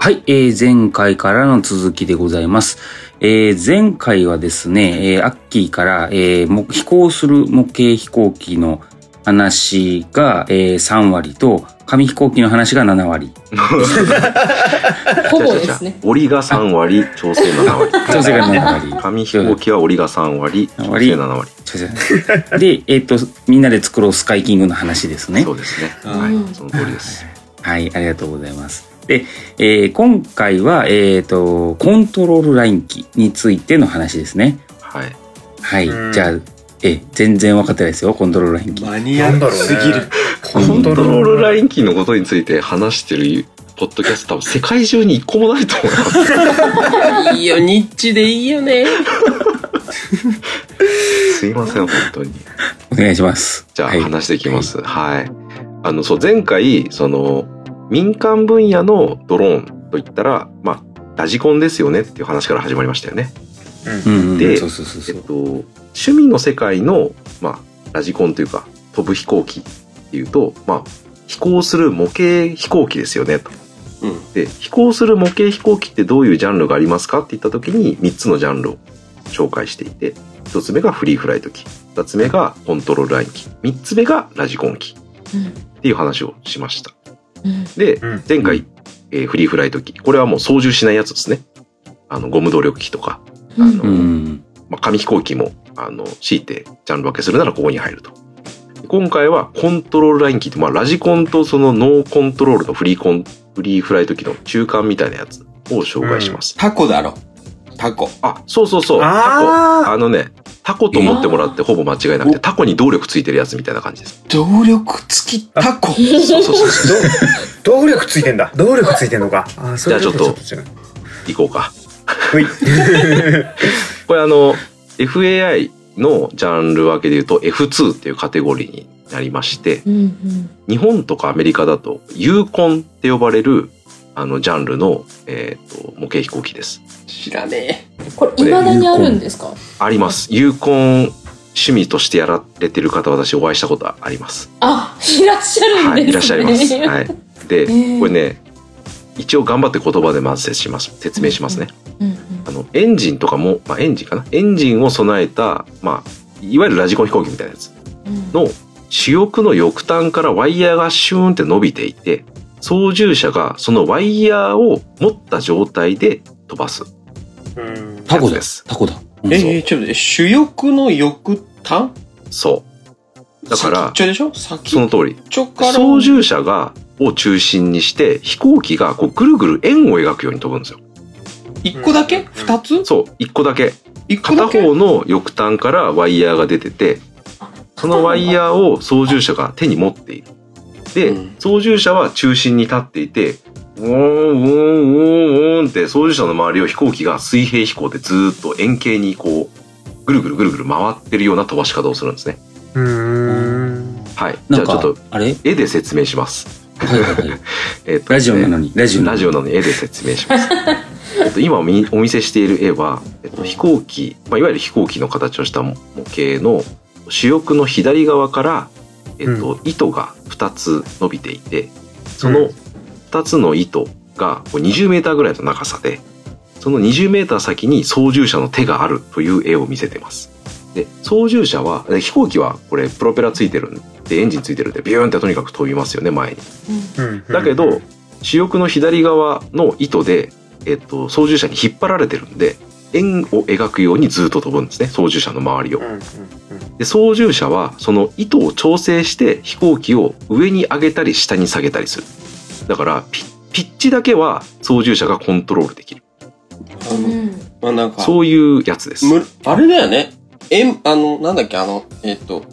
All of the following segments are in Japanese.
はい、えー前回からの続きでございます。えー前回はですね、えーアッキーから、えーも飛行する模型飛行機の話が、えー3割と、紙飛行機の話が7割。ほぼですね。折りが3割、調整7割。 調整が7割。紙飛行機は折りが3割、調整割7割。調整で、えっ、と、みんなで作ろうスカイキングの話ですねそ。うですね。うんはい、その通りです。はい、ありがとうございます。で、えー今回は、えっ、と、コントロールライン機についての話ですね。はい。はい、うんじゃあ、え、全然分かってないですよ、コントロールライン機。マニアックすぎる。コントロールラインキーのことについて話してるポッドキャスト多分世界中に一個もないと思います。いいよ、ニッチでいいよね。すいません、本当に。お願いします。じゃあはい、話していきます。はい。あの、そう、前回、その、民間分野のドローンといったら、まあ、ラジコンですよねっていう話から始まりましたよね。うんうん、でそうそうそうそえっう。と、趣味の世界の、まあ、ラジコンというか、飛ぶ飛行機っていうと、まあ、飛行する模型飛行機ですよね、と。うんで、飛行する模型飛行機ってどういうジャンルがありますかって言った時に、3つのジャンルを紹介していて、1つ目がフリーフライト機、2つ目がコントロールライン機、3つ目がラジコン機っていう話をしました。でうん、前回、えーフリーフライト機、これはもう操縦しないやつですね。あの、ゴム動力機とか、あの、うんうん、まあ、紙飛行機も、あの、強いてジャンル分けするならここに入ると。今回はコントロールライン機って、まあ、ラジコンとそのノーコントロールのフリーコン、フリーフライト機の中間みたいなやつを紹介します。タコだろ。タコ。あ、そうそうそう。タコ。ああのね、タコと思ってもらってほぼ間違いなくて、タコに動力ついてるやつみたいな感じです。動力付きタそコ。うそうそう。ー動力ついてんだ。動力ついてんのか。あー、それじゃあちょっとちょっと違う。行こうか。ほい。これあの、FAI のジャンル分けで言うと F2 っていうカテゴリーになりまして、日本とかアメリカだと、ユーコンって呼ばれる、あの、ジャンルの、えっ、と、模型飛行機です。知らねこれ、未だにあるんですかあります。ユーコン趣味としてやられてる方、私お会いしたことあります。あ、いらっしゃるんはですい、ね。いらっしゃ います。はい。で、ーこれね、一応頑張って言葉でまず説明します。説明しますね。うんあの、エンジンとかも、まあ、エンジンかな。エンジンを備えた、まあ、いわゆるラジコン飛行機みたいなやつうんの主翼の翼端からワイヤーがシューンって伸びていて、操縦者がそのワイヤーを持った状態で飛ばす。うんタコやつだです。タコだ。うんそうえー、ちょっと待って、主翼の翼端そう。だから先っちょでしょ先そのっ通り。ちょから。操縦者が、を中心にして、飛行機がこうぐるぐる円を描くように飛ぶんですよ。一個だけ二つそう、一個だけ。一個片だけ方の翼端からワイヤーが出てて、そのワイヤーを操縦者が手に持っている。で、うん操縦者は中心に立っていて、ウォーン、ウォーン、ウォーン、ウォーンって操縦者の周りを飛行機が水平飛行でずーっと円形にこう、ぐるぐるぐるぐる回ってるような飛ばし方をするんですね。うーん。はい。じなゃあんちょっかと、あれ絵で説明します。はいはい はい。えっとラジオなのに、ラジオなのラにジオなのに絵で説明し ます。えっと今お見お見せしている絵は、えっと、飛行機、まあ、いわゆる飛行機の形をした模型の主翼の左側から、えっと糸が2つ伸びていてその2つの糸がこう20メーターぐらいの長さでその20メーター先に操縦者の手があるという絵を見せてます。で操縦者はで飛行機はこれプロペラついてるんでエンジンついてるんでビューンってとにかく飛びますよね前に。うんだけど、主翼の左側の糸で、えっと、操縦者に引っ張られてるんで、円を描くようにずっと飛ぶんですね、操縦者の周りをうん。うんうんで、操縦者は、その糸を調整して飛行機を上に上げたり下に下げたりする。だから、ピピッチだけは操縦者がコントロールできる。あのまあなんか、そういうやつです。むあれだよね。えん、あの、なんだっけ、あの、えっと、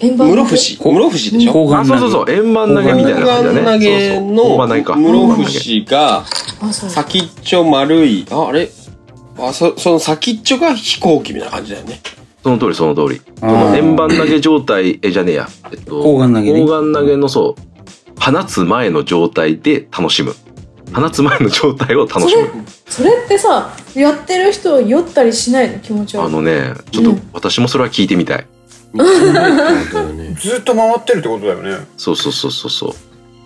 室伏。室伏でしょ後あ、半そうそうそう、円盤投げみたいな感じだね。投げそうのそう。円盤投げか。室伏があ、そう。先っちょ丸い、あ、あれあそその先っちょが飛行機みたいな感じだよね。その通り、その通り。ここの円盤投げ状態、え、じゃねえや。えっと、砲丸投げね。砲丸投げのそう放つ前の状態で楽しむ放つ前の状態を楽しむそれってさ、やってる人酔ったりしないの気持ちあ悪い。のねちょうっとん私もそれは聞いてみたい ずっと回ってるってことだよね。そうそうそうそうそ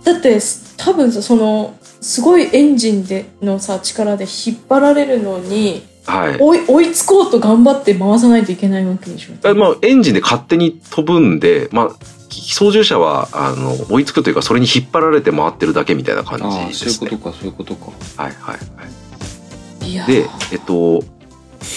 うだって多分さそのすごいエンジンでのさ力で引っ張られるのにはい。追い追いつこうと頑張って回さないといけないわけでしょ。あまあ、エンジンで勝手に飛ぶんで、まあ、き操縦者は、あの、追いつくというか、それに引っ張られて回ってるだけみたいな感じああでそういうすこね。とかそういうことかはいはいはい。いやで、えっと、こ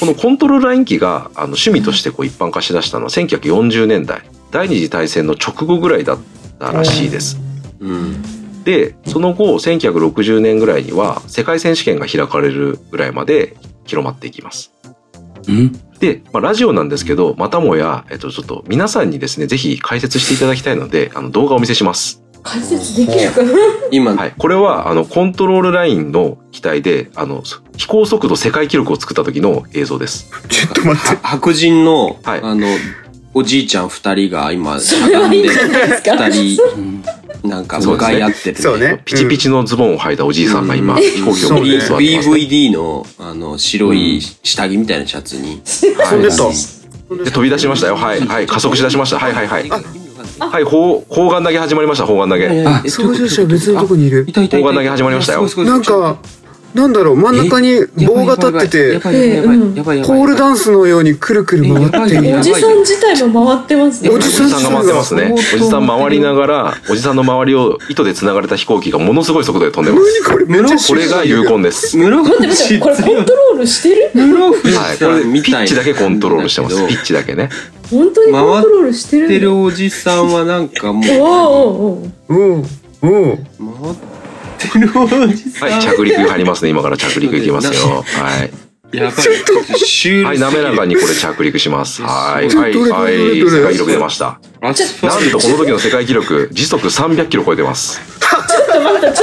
のコントロールライン機があの趣味としてこう一般化しだしたのは1940年代、第二次大戦の直後ぐらいだったらしいです。うんでその後1960年ぐらいには世界選手権が開かれるぐらいまで広まっていきます。うんで、まあ、ラジオなんですけどまたもや、えっと、ちょっと皆さんにですねぜひ解説していただきたいのであの動画をお見せします。解説できるかな。今、はい、これはあのコントロールラインの機体であの飛行速度世界記録を作った時の映像です。ちょっと待っはて。白人の、はいあのおじいちゃん二人が今しそゃれがはいいんんでじ ゃないですか。二人なんか向かい合ってる、そうね。ピチピチのズボンを履いたおじいさんが今、飛行機そうをね見に座ってます、 BVD のあの白い下着みたいなシャツに、うん。飛んでった。で飛び出しましたよ。はい、はい、加速しだしました。はい、はい、はい。あはい、砲、砲丸投げ始まりました、砲丸投げ。あ操縦者別のとこにいるい。たいたい砲た丸投げ始まりましたよすごいすごいなんか、なんだろう、真ん中に棒が立ってて、やばいやばいやばいやばいやばいやばいやばいコールダンスのようにくるくる回っていえやばるいお。じさん自体も回ってますね。おおじじさんが回ってますね。おじさん回りながら、おじさんの周りを糸で繋がれた飛行機がものすごい速度で飛んでます。これめっちゃこれが有効です。室待って待ってこれコントロールしてる？伏はい、これピッチだけコントロールしてます。ピッチだけね。本当にコントロールしてやってるるおじさんはなんかもうの？おうおうおう。うん。うん。回ってるおじさんはい、着陸入りますね。今から着陸いきますよ。はい。やばいシュールはい、滑らかにこれ着陸します。はい、ちょはっい、とどれはいどれ、どれ世界記録出ました。アスファなんルとトこの時の世界記録、時速300キロ超えてます。ちょっと待って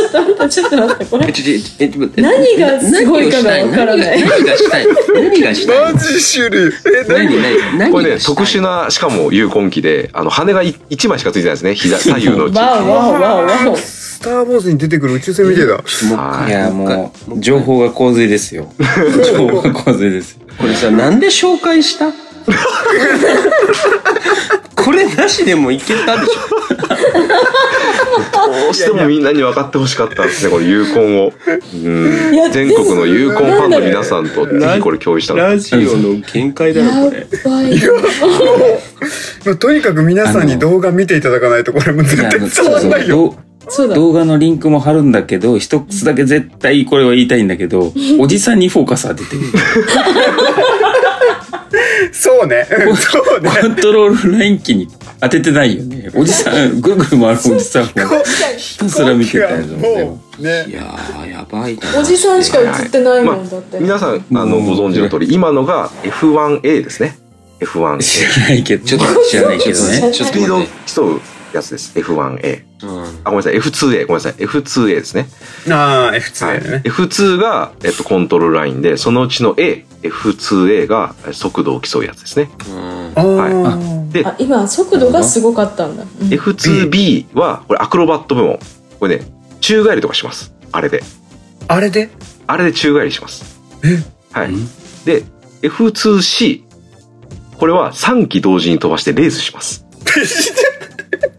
ちょっと待ってこえれ。ちょちょえちょえ何がすごいかがわからない何がしたい何がしたいマジ種類。え、何がし何たい何何こ何れがね、したい特殊な、しかも有根機で、あの、羽が1枚しかついてないですね。左左右の うち。わおわおわおわお。スター・ウォーズに出てくる宇宙船みたいだ。いはい。や、もう、情報が洪水です よ。情報が洪水です。これさなんで紹介したこれなしでもいけたでしょどうしてもみんなに分かってほしかったんですね、この有根を。うんいや全国の有根ファンの皆さんと、ぜひこれ共有したの。ラジオの見解だろこれやばい。まあとにかく皆さんに動画見ていただかないとこれもう絶いや、対あの、伝そうわんそなういよ。どそうう。だ。動画のリンクも貼るんだけど、一つだけ絶対これは言いたいんだけど、おじさんにフォーカス当ててる。そうね。うんそうね。コントロールライン機に当ててないよね。おじさん、ぐるぐる回るおじさんをひたすら見てたやつなんだよも。うねい。やーやばいなおじさんしか映ってないもんだって。皆さん、あの、ご存知の通り、今のが F1A ですね。F1A。知スらないけど、ちょっと知らないけどね。ちょっとピードを待って競うやつです。F1A。うんあ、ごめんなさい。F2A。ごめんなさい。F2A ですね。ああ、F2 はい、だよね。 F2 が、えっと、コントロールラインで、そのうちの A、F2A がえ速度を競うやつですね。うんあはいあ。で、あ今速度がすごかったんだ。うん、 F2B は、これアクロバット部門。これね、宙返りとかします。あれで。あれであれで宙返りします。はいうん。で、F2C。これは3機同時に飛ばしてレースします。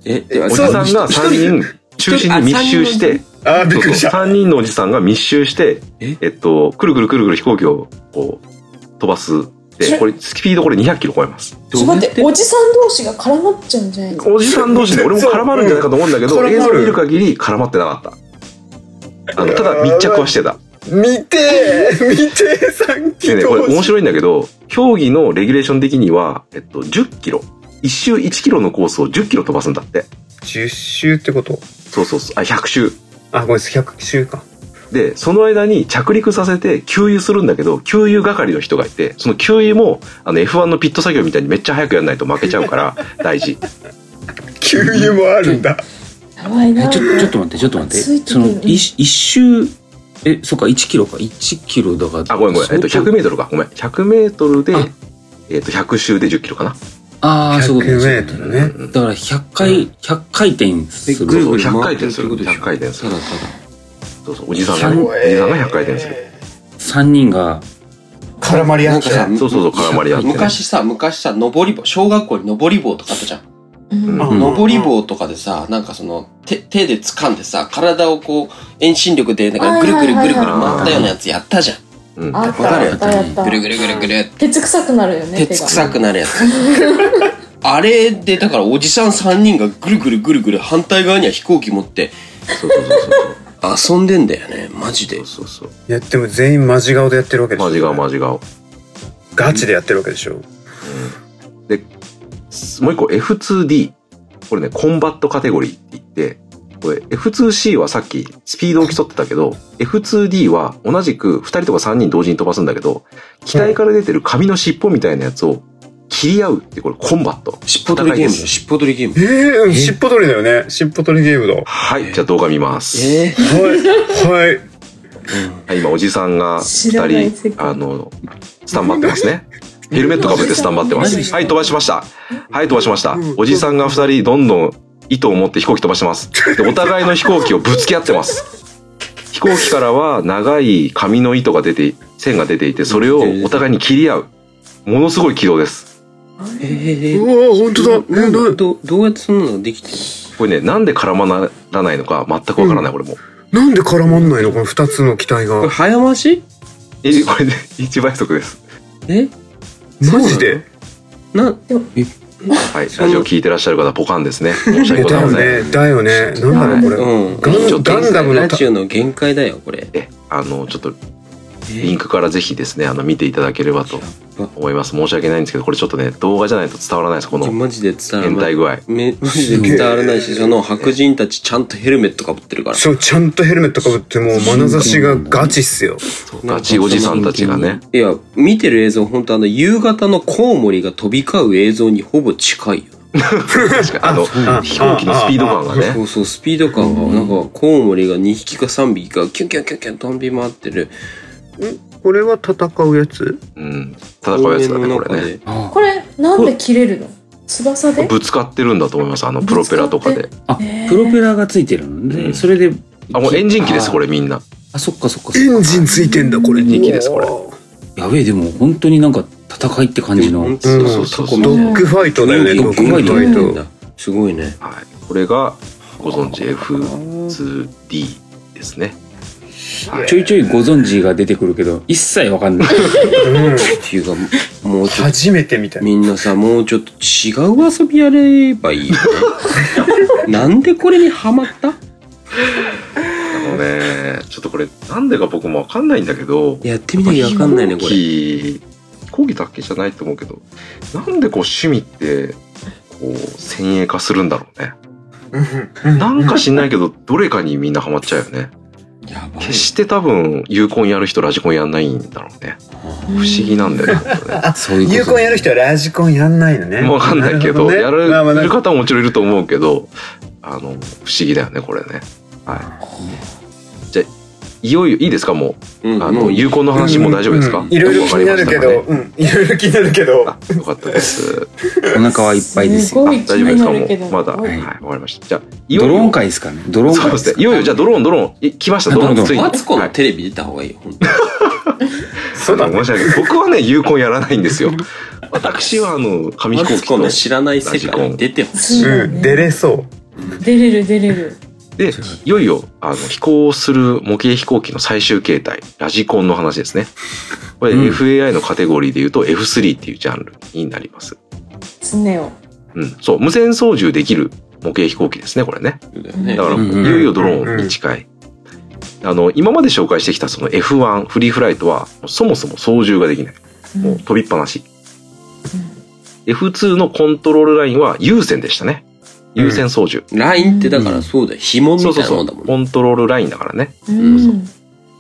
えでおじそさうんが3人中心に密集して、ああ、びっくりしそうた。そう3人のおじさんが密集してえ、えっと、くるくるくるくる飛行機をこう飛ばす。そで、れこれ、スピードこれ200キロ超えます。ちょっと待っておじさん同士が絡まっちゃうんじゃないの？おじさん同士で俺も絡まるんじゃないかと思うんだけそうど、うん映像見る限り絡まってなかった。あの、ただ密着はしてた。見てー見てー三で機 ね、これ同面士白いんだけど、競技のレギュレーション的には、えっと、10キロ。1周1キロのコースを10キロ飛ばすんだって。 10周ってことそうそうそう。あ、100周。あ、これ100周か。で、その間に着陸させて給油するんだけど、給油係の人がいて、その給油も、あの F1 のピット作業みたいにめっちゃ早くやんないと負けちゃうから、大事。給油もあるんだ。やばいえな。ちょちょっと待って、ちょっと待ついってくて。そるの、い一周、え、そっか、1キロか。1キロだから。あ、ごめんごめん。えっと、100メートルか。ごめん。100メートルであ、えっと、100周で10キロかな。ああ、そういうこと100 m ね。だから100回、100回転すでる。ぐるぐる100回回っ転てるする。ことでし100ょ回転すたるだ。ただそうそう。おじさんがね、おじさんが100回転する。 3人が、絡まり合なっんかて。さ、そうそうそう絡まり合ってね昔さ、昔さ、登り棒、小学校に登り棒とかあったじゃうん。んうん登り棒とかでさ、なんかその、手、手で掴んでさ、体をこう、遠心力で、なんかぐるぐるぐるぐる回ったようなやつやったじゃん。うんあったわかるやったやったぐるぐるぐるぐる、鉄臭くなるよね鉄臭くなるやつ。あれで、だからおじさん3人がぐるぐるぐるぐる反対側には飛行機持ってそうそうそう遊んでんだよね、マジで。そうそうそうそういや、でも全員マジ顔でやってるわけでしょ。マジ顔マジ顔ガチでやってるわけでしょ。もう一個 F2D これねコンバットカテゴリーって言ってこれ F2C はさっきスピードを競ってたけど F2D は同じく2人とか3人同時に飛ばすんだけど機体から出てる紙の尻尾みたいなやつを切り合うってこれコンバット尻尾取りゲームだよ、尻尾取りゲーム。ええうん尻尾取りだよね。尻尾取りゲームだ。ははいじゃあ動画見ますえい。はい。はい今おじさんが知らない世2界人あのスタンバってます ねヘルメットかぶってスタンバってますはい飛ばしましたはい飛ばしましたおじさんが2人どんどん糸を持って飛行機飛ばしてますでお互いの飛行機をぶつけ合ってます飛行機からは長い紙の糸が出て線が出ていてそれをお互いに切り合うものすごい軌道ですええうわ、本当だ。え、な、ど、どうやってそんなのできてるこれねなんで絡まならないのか全くわからない俺もなんで絡まんないのこの二つの機体これが。早回しえこれね一倍速ですえマジでな、はいラジオ聞いてらっしゃる方ポカンですね申し訳えございだませんよね。だよね。なんだろう、うこん。れ。ガンガンダムのラたジオの限界だよ、これ。えあのちょっとリンクからぜひですねあの見ていただければと思います申し訳ないんですけどこれちょっとね動画じゃないと伝わらないですこのマジで伝わら変な態い。具合めマジで伝わらないし、その白人たちちゃんとヘルメットかぶってるから。そう、ちゃんとヘルメットかぶって、もう、眼差しがガチっすよ。ガチおじさんたちがね。いや、見てる映像、本当あの、夕方のコウモリが飛び交う映像にほぼ近いよ。確かにあのあ飛行機のスピード感がそねうそう、スピード感が、なんか、コウモリが2匹か3匹か、キュンキュンキュンキュン飛び回ってる。これは戦うやつうん戦うやつだねこれ公園の中ねで。あこれなんで切れるの翼でぶつかってるんだと思いますあのプロペラとかぶつであへープロペラがついてるので、うんそれであもうエンジン機ですこれれみんなあそっかそっかそっエかンジンついてんだ、これ。エンジン機ですこれやべえでも本当になんか戦いって感じの本う当んそうそうそう。ドッグファイトだよね、ドドッッググフファァイイトト。すごいね。はいこれがご存知 F2D ですねちょいちょいご存知が出てくるけど一切わかんないうんっていうか、もうちょっと、初めてみたいな。みんなさ、もうちょっと違う遊びやればいいよ ね。なんでこれにハマったあのねちょっとこれなんでか僕もわかんないんだけどやってみなきゃわかんないね、これ。飛行機飛行機だけじゃないと思うけどなんでこう趣味ってこう先鋭化するんだろうねなんか知んないけどどれかにみんなハマっちゃうよねやばい決して多分有コンやる人ラジコンやんないんだろうね不思議なんだよね本当ねそういうこと有コンやる人はラジコンやんないのね。わかんないけどなやるほねまあまあるなやるんか方ももちろんいると思うけどあの不思議だよねこれねはいじゃあいよいよいいですかもう、うんあものう有コンの話もう大丈夫ですかうんいろいろ気になるけわかりど、うん、いろいろ気になるけど。ましたかねあよかったですお腹はいっぱいですすよごあい気大丈夫になるでけすかもどうまだ、はい、いわかりました。じゃあ、いよいドよローン会ですかねドローンそう会でですすね。いよいよ、じゃあ、ドローン、ドローン。い来ました、ドローン、ついに。マツコはのいテレビ出た方がいいよ、本当にそうだあのね。申し訳ない。僕はね、有効やらないんですよ。私は、あの、紙飛マ行ツ機コのと。知らない世界に出てほしい。そううだん、ね出れそ出れる出れるで、いよいよ、あの、飛行する模型飛行機の最終形態、ラジコンの話ですね。これ、うん FAI のカテゴリーで言うと F3 っていうジャンルになります。常をうん。そう、無線操縦できる模型飛行機ですね、これね。だよねだから、うんうんいよいよドローンに近い。あの、今まで紹介してきたその F1、フリーフライトは、そもそも操縦ができない。もう飛びっぱなし。F2 のコントロールラインは優先でしたね。優先操縦。ラインってだからそうだよ。紐みそうたそいうなそもんう。だもんね。コントロールラインだからね。うん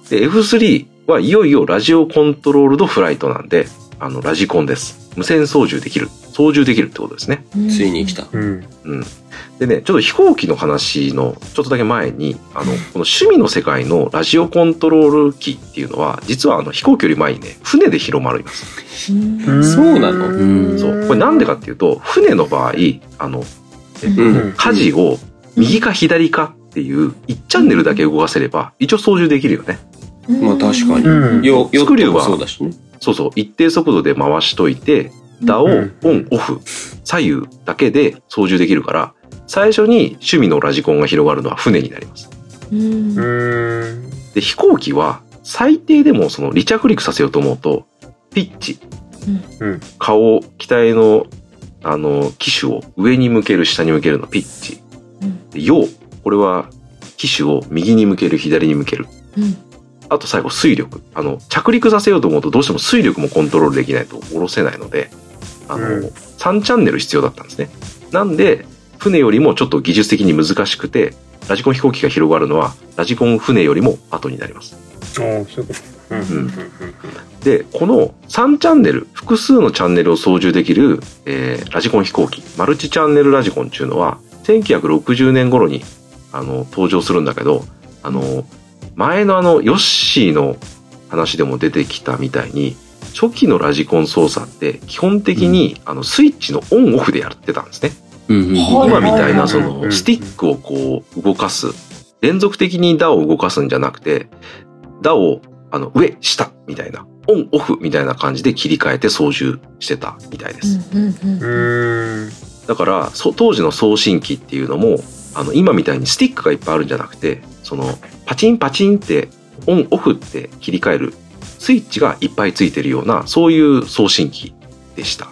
で、F3 はいよいよラジオコントロールドフライトなんで、あの、ラジコンです。無線操縦できる。操縦できるってことですね。うんついに来た。う。うん。うん。でね、ちょっと飛行機の話のちょっとだけ前に、あの、この趣味の世界のラジオコントロール機っていうのは、実はあの飛行機より前にね、船で広まります。うんそうなのうんそう。これなんでかっていうと、船の場合、あの、うんうん舵を右か左かっていう1チャンネルだけ動かせれば、一応操縦できるよね。まあ確かに。うんよ、よスクリューはそうだしね。そうそう。一定速度で回しといて、ダをオうんンオフ左右だけで操縦できるから最初に趣味のラジコンが広がるのは船になりますうんうーん。で飛行機は最低でもその離着陸させようと思うとピッチ、うんうん顔を機体のあの機種を上に向ける下に向けるのピッチうんで陽これは機種を右に向ける左に向けるうんあと最後水力あの着陸させようと思うとどうしても水力もコントロールできないと下ろせないのであの、うん3チャンネル必要だったんですねなんで船よりもちょっと技術的に難しくてラジコン飛行機が広がるのはラジコン船よりも後になりますああ、そういうこと。うん。うんうんでこの3チャンネル複数のチャンネルを操縦できる、えーラジコン飛行機マルチチャンネルラジコンっていうのは1960年頃にあの登場するんだけどあの前のあのヨッシーの話でも出てきたみたいに初期のラジコン操作って基本的に、あのスイッチのオンオフでやってたんですね。うんうんはい今みたいなそうんのスティックをこう動かす連続的にダを動かすんじゃなくてダをあの上下みたいなオンオフみたいな感じで切り替えて操縦してたみたいです、うん。うーん。だからそ当時の送信機っていうのもあの今みたいにスティックがいっぱいあるんじゃなくてそのパチンパチンってオンオフって切り替えるスイッチがいっぱいついてるようなそういう送信機でした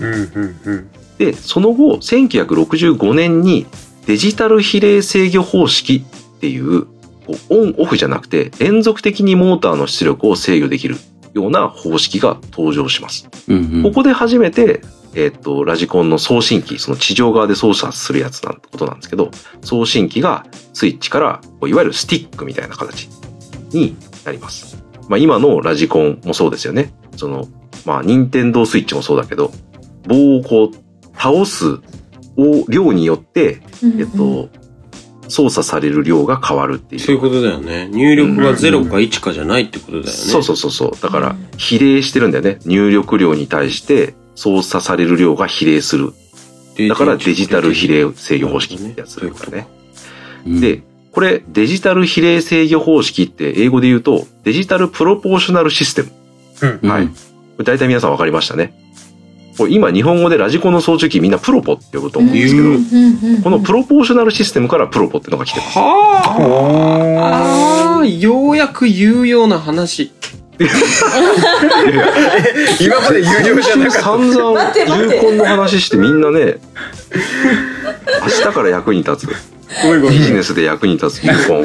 うん。うん。うん。で、その後、1965年にデジタル比例制御方式っていう、こうオンオフじゃなくて、連続的にモーターの出力を制御できるような方式が登場します。うんうんここで初めて、えっと、ラジコンの送信機、その地上側で操作するやつなんてことなんですけど、送信機がスイッチから、こういわゆるスティックみたいな形になります。まあ今のラジコンもそうですよね。その、まあ任天堂スイッチもそうだけど、棒をこう倒すを量によって、えっと、操作される量が変わるっていう。そういうことだよね。入力が0か1かじゃないってことだよね。そうそうそうそう。だかうらん、比例してるんだよね。入力量に対して操作される量が比例する。だからデジタル比例制御方式ってやつだからね。うんで、これ、デジタル比例制御方式って英語で言うと、デジタルプロポーショナルシステム。うんはいこれ大体皆さんわかりましたね。これ今、日本語でラジコンの操縦機みんなプロポって呼ぶと思うんですけど、このプロポーショナルシステムからプロポってのが来 てます。はあああ。あーようやく有用な話。今まで有料じゃなかっ散々待って待って有効の話してみんなね明日から役に立つた。ごめんごビめんジネスで役に立つ有効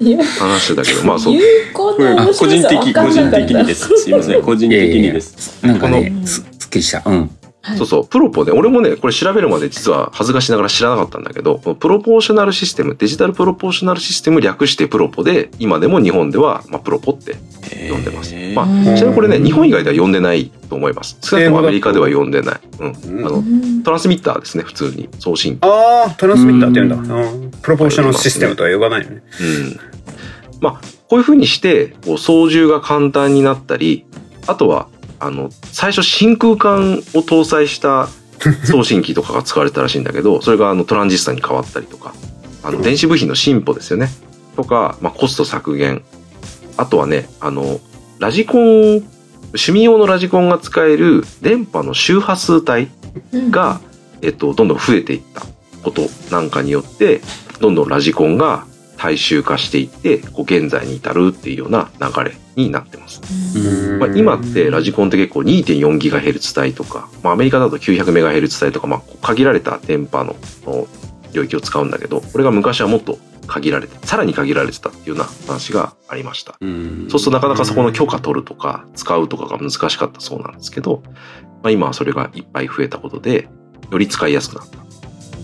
いや話してたけどまあそう有効これな面個白人さ的、分か個んな人かっ的にたです。すいません、個人的にです。なんかこねのすすっきりしたうんそうそうプロポね俺もねこれ調べるまで実は恥ずかしながら知らなかったんだけどこのプロポーショナルシステムデジタルプロポーショナルシステム略してプロポで今でも日本では、まあ、プロポって呼んでます、へーまあうんちなみにこれね日本以外では呼んでないと思います少なくともアメリカでは呼んでない、うん、あうのんトランスミッターですね普通に送信ああ、トランスミッターって言うんだ。うんプロポーショナルシステムとは呼ばないようね。んまあこういうふうにしてこう操縦が簡単になったりあとはあの最初真空管を搭載した送信機とかが使われたらしいんだけどそれがあのトランジスタに変わったりとかあの電子部品の進歩ですよねとか、まあ、コスト削減あとはねあのラジコン趣味用のラジコンが使える電波の周波数帯が、えっと、どんどん増えていったことなんかによってどんどんラジコンが大衆化していってこう現在に至るっていうような流れになってます、うんまあ、今ってラジコンって結構 2.4GHz 帯とか、まあ、アメリカだと 900MHz 帯とか、まあ、こう限られた電波のの領域を使うんだけどこれが昔はもっと限られてさらに限られてたっていうような話がありましたうんそうするとなかなかそこの許可取るとか使うとかが難しかったそうなんですけど、まあ、今はそれがいっぱい増えたことでより使いやすくなった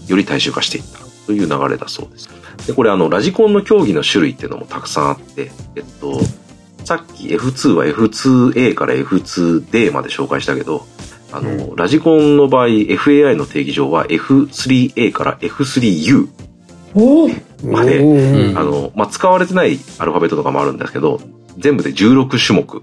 より大衆化していったという流れだそうです。でこれあのラジコンの競技の種類っていうのもたくさんあって、えっと、さっき F2 は F2A から F2D まで紹介したけどあの、うラジコンの場合 FAI の定義上は F3A から F3U おーまでおうーんあの、まあ、使われてないアルファベットとかもあるんですけど、全部で16種目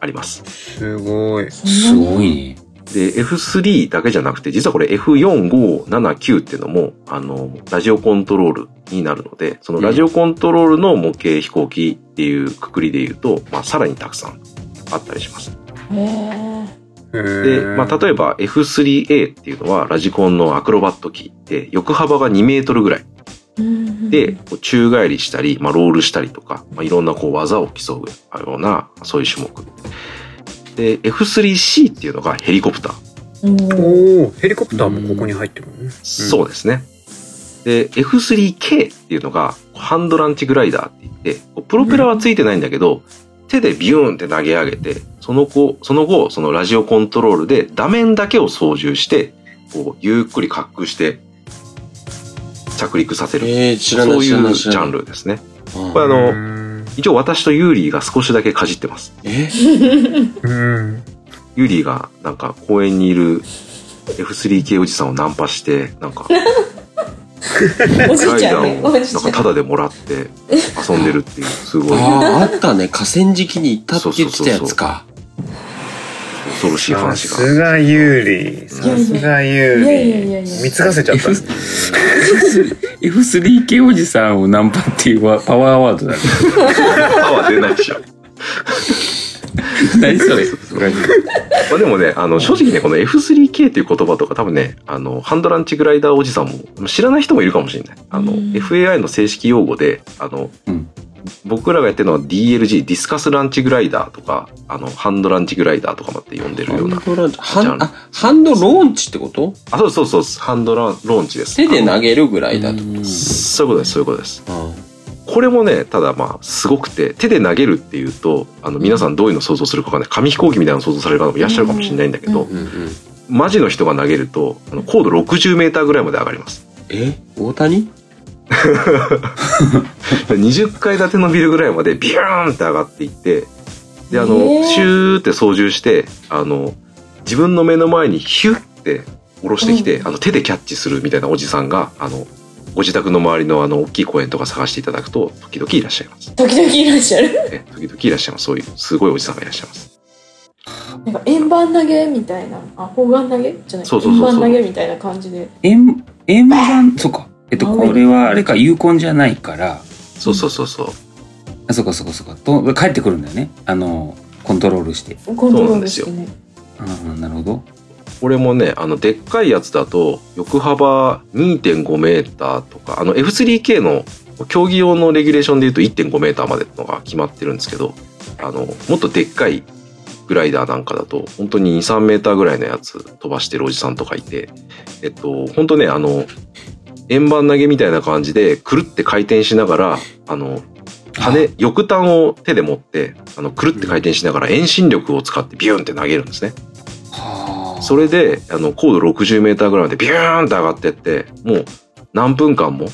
あります。すごい。すごいねで、F3 だけじゃなくて、実はこれ F4、5、7、9っていうのも、あの、ラジオコントロールになるので、そのラジオコントロールの模型飛行機っていうくくりで言うと、まあ、さらにたくさんあったりします。へえ。で、でまあ、例えば F3A っていうのはラジコンのアクロバット機で横幅が2メートルぐらいうんで、こう宙返りしたり、まあ、ロールしたりとか、まあ、いろんなこう技を競うようなそういう種目で F3C っていうのがヘリコプター、うんうんおおヘリコプターもここに入ってるのねそうですねで F3K っていうのがハンドランチグライダーって言ってこうプロペラはついてないんだけど、手でビューンって投げ上げてその後その後そのラジオコントロールで画面だけを操縦してこうゆっくり滑空して着陸させる、えー、知らない。そう知いらなうい知ジらャないンルですねうんこれあうの、ん一応私とユーリーが少しだけかじってますえうんユーリーがなんか公園にいる F3 系おじさんをナンパしてなんか おじいライちゃダんねー。をおじなんいちゃかタダでもらって遊んでるっていうすごいああ、あったね。河川敷に行ったって言ってたやつか。恐ろしいさ話がすがユーリーさすがユーん。いやいやいリやーいや。見つかせちゃったね F3K おじさんをナンパっていうわパワーワードだね。パワー出ないでしょ何それまあでもねあの正直ねこの F3K っていう言葉とか多分ねあのハンドランチグライダーおじさんも知らない人もいるかもしれないあのうん FAI の正式用語であの、うん僕らがやってるのは DLG ディスカスランチグライダーとかあのハンドランチグライダーとかまって呼んでるハようなンドランチ。ハジャンン、ルあ、ハンドローンチってことあそうそうそうそうハンドランローンチです手で投げるぐらいだと。そういうことですそういうことですあこれもねただまあすごくて手で投げるっていうとあの皆さんどういうの想像するかわかんない紙飛行機みたいなの想像される方もいらっしゃるかもしれないんだけど、ううんうん。マジの人が投げるとあの高度60メーターぐらいまで上がりますえ大谷20階建てのビルぐらいまでビューンって上がっていってであの、えーシューって操縦してあの自分の目の前にヒュッて下ろしてきて、あの手でキャッチするみたいなおじさんがあのご自宅の周りのあの大きい公園とか探していただくと時々いらっしゃいます時々いらっしゃる。え時々いらっしゃいますそういうすごいおじさんがいらっしゃいますなんか円盤投げみたいな。あ、砲丸投げじゃない。そうそうそうそう円盤投げみたいな感じで。円、円盤、そうか。えっと、これはあれか、有根じゃないから、そうそうそうそうあ、そこそこそこと、帰ってくるんだよね。あの、コントロールして。コントロールしてね。ああ、なるほど。これもねあのでっかいやつだと横幅2.5メーターとかあの F3K の競技用のレギュレーションでいうと1.5メーターまでのが決まってるんですけどあのもっとでっかいグライダーなんかだと本当に23メーターぐらいのやつ飛ばしてるおじさんとかいてえっと本当ねあの円盤投げみたいな感じでくるって回転しながらあの羽翼端を手で持ってあのくるって回転しながら遠心力を使ってビューンって投げるんですね。はあ。それで、あの、高度60メーターぐらいまでビューンって上がってって、もう何分間も、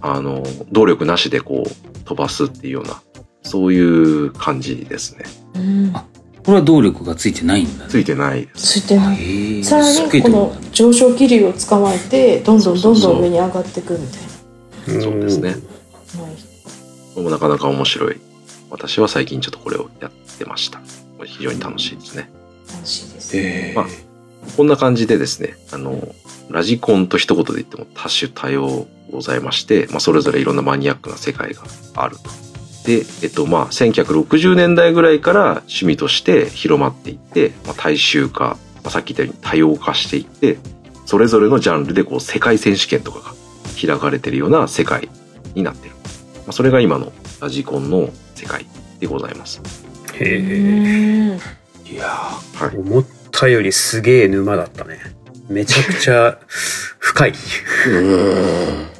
あの、動力なしでこう、飛ばすっていうような、そういう感じですね。うん。これは動力がついてないんだね。ついてないです。ついてない。へえ。さらすっげえにこと思うの上昇気流を捕まえてどんどんどんどん上に上がっていくみたい そうですね。な。はいこれもなかなか面白い。私は最近ちょっとこれをやってました。これ非常に楽しいですね。楽しいです。えまあこんな感じでですね、あの、ラジコンと一言で言っても多種多様ございまして、まあ、それぞれいろんなマニアックな世界があると。で、えっと、まあ、1960年代ぐらいから趣味として広まっていって、まあ、大衆化、まあ、さっき言ったように多様化していって、それぞれのジャンルでこう世界選手権とかが開かれてるような世界になってる。まあ、それが今のラジコンの世界でございます。へうんいやーえ思ったよりすげえ沼だったねめちゃくちゃ深いうーん。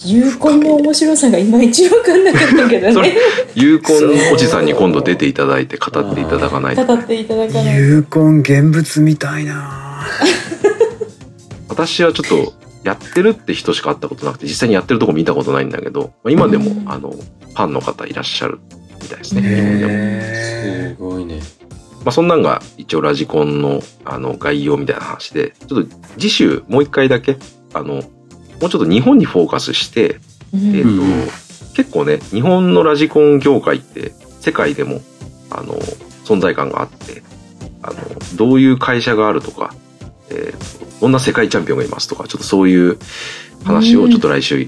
有効の面白さがいまいち分かんなかったけどそれね、有効のおじさんに今度出ていただいて語っていただかないと。語っていただかないと。有根現物みたいな私はちょっとやってるって人しか会ったことなくて実際にやってるとこ見たことないんだけど、まあ、今でも、うんあのファンの方いらっしゃるみたいですね。へ日本でもすへごいね。まあ、そんなんが一応ラジコンのあの概要みたいな話でちょっと次週もう一回だけあのもうちょっと日本にフォーカスして、うんえっとうん結構ね日本のラジコン業界って世界でもあの存在感があってあのどういう会社があるとか、えーとどんな世界チャンピオンがいますとかちょっとそういう話をちょっと来週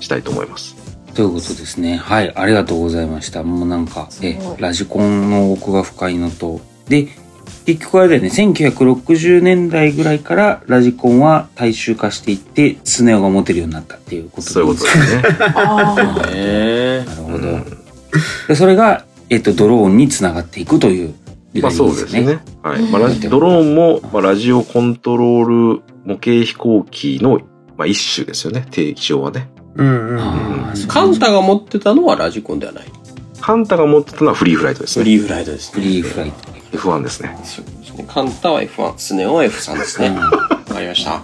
したいと思います。ということですね。はい、ありがとうございました。もうなんか、えすごいラジコンの奥が深いのと、で、結局あれだよね、1960年代ぐらいからラジコンは大衆化していって、スネ夫が持てるようになったっていうことでそういうことですね。ああ。えなるうほど。んでそれが、えっと、ドローンにつながっていくという理まあ解そうですね。。はい。まあラジうんドローンも、まあ、ラジオコントロール模型飛行機の、まあ、一種ですよね、定義上はね。うんうんうん。ああ、カンタが持ってたのはラジコンではない。カンタが持ってたのはフリーフライトですフね。リーフライドですフね。リーフライト。 F1 ですね。そうですね。カンタは F1、スネオは F3 ですね。わうかりました。あ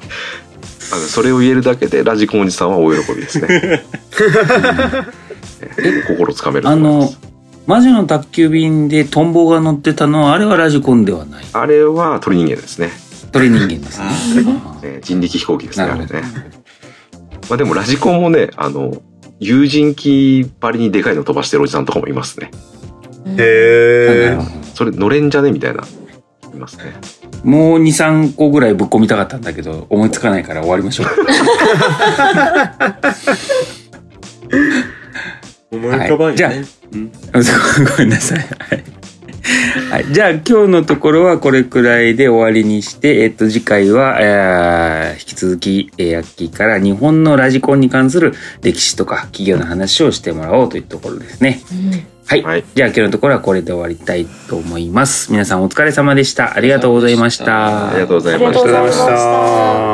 のそれを言えるだけでラジコンおじさんは大喜びですね。 え心つかめんるとあ思いまのす。、魔女の宅急便でトンボが乗ってたのは、あれはラジコンではない。あれは鳥人間ですね。鳥人間ですね。あえー人力飛行機ですね、なあるほどれね。まあでもラジコンもね、あの、友人機ばりにでかいの飛ばしてるおじさんとかもいますね。あへなるえほ。どそれ乗れんじゃねみたいな。いますね。もう2、3個ぐらいぶっ込みたかったんだけど、思いつかないから終わりま しょう。思い浮かばんよね。じゃあうんごめんなさい。はい。はい、 じゃあ今日のところはこれくらいで終わりにして、えっと次回は、えー引き続き、えー、アッキーから日本のラジコンに関する歴史とか企業の話をしてもらおうというところですね。はい。はいじゃあ今日のところはこれで終わりたいと思います。皆さんお疲れ様でした。ありがとうございました。あありがとうございました。ありがとうございました。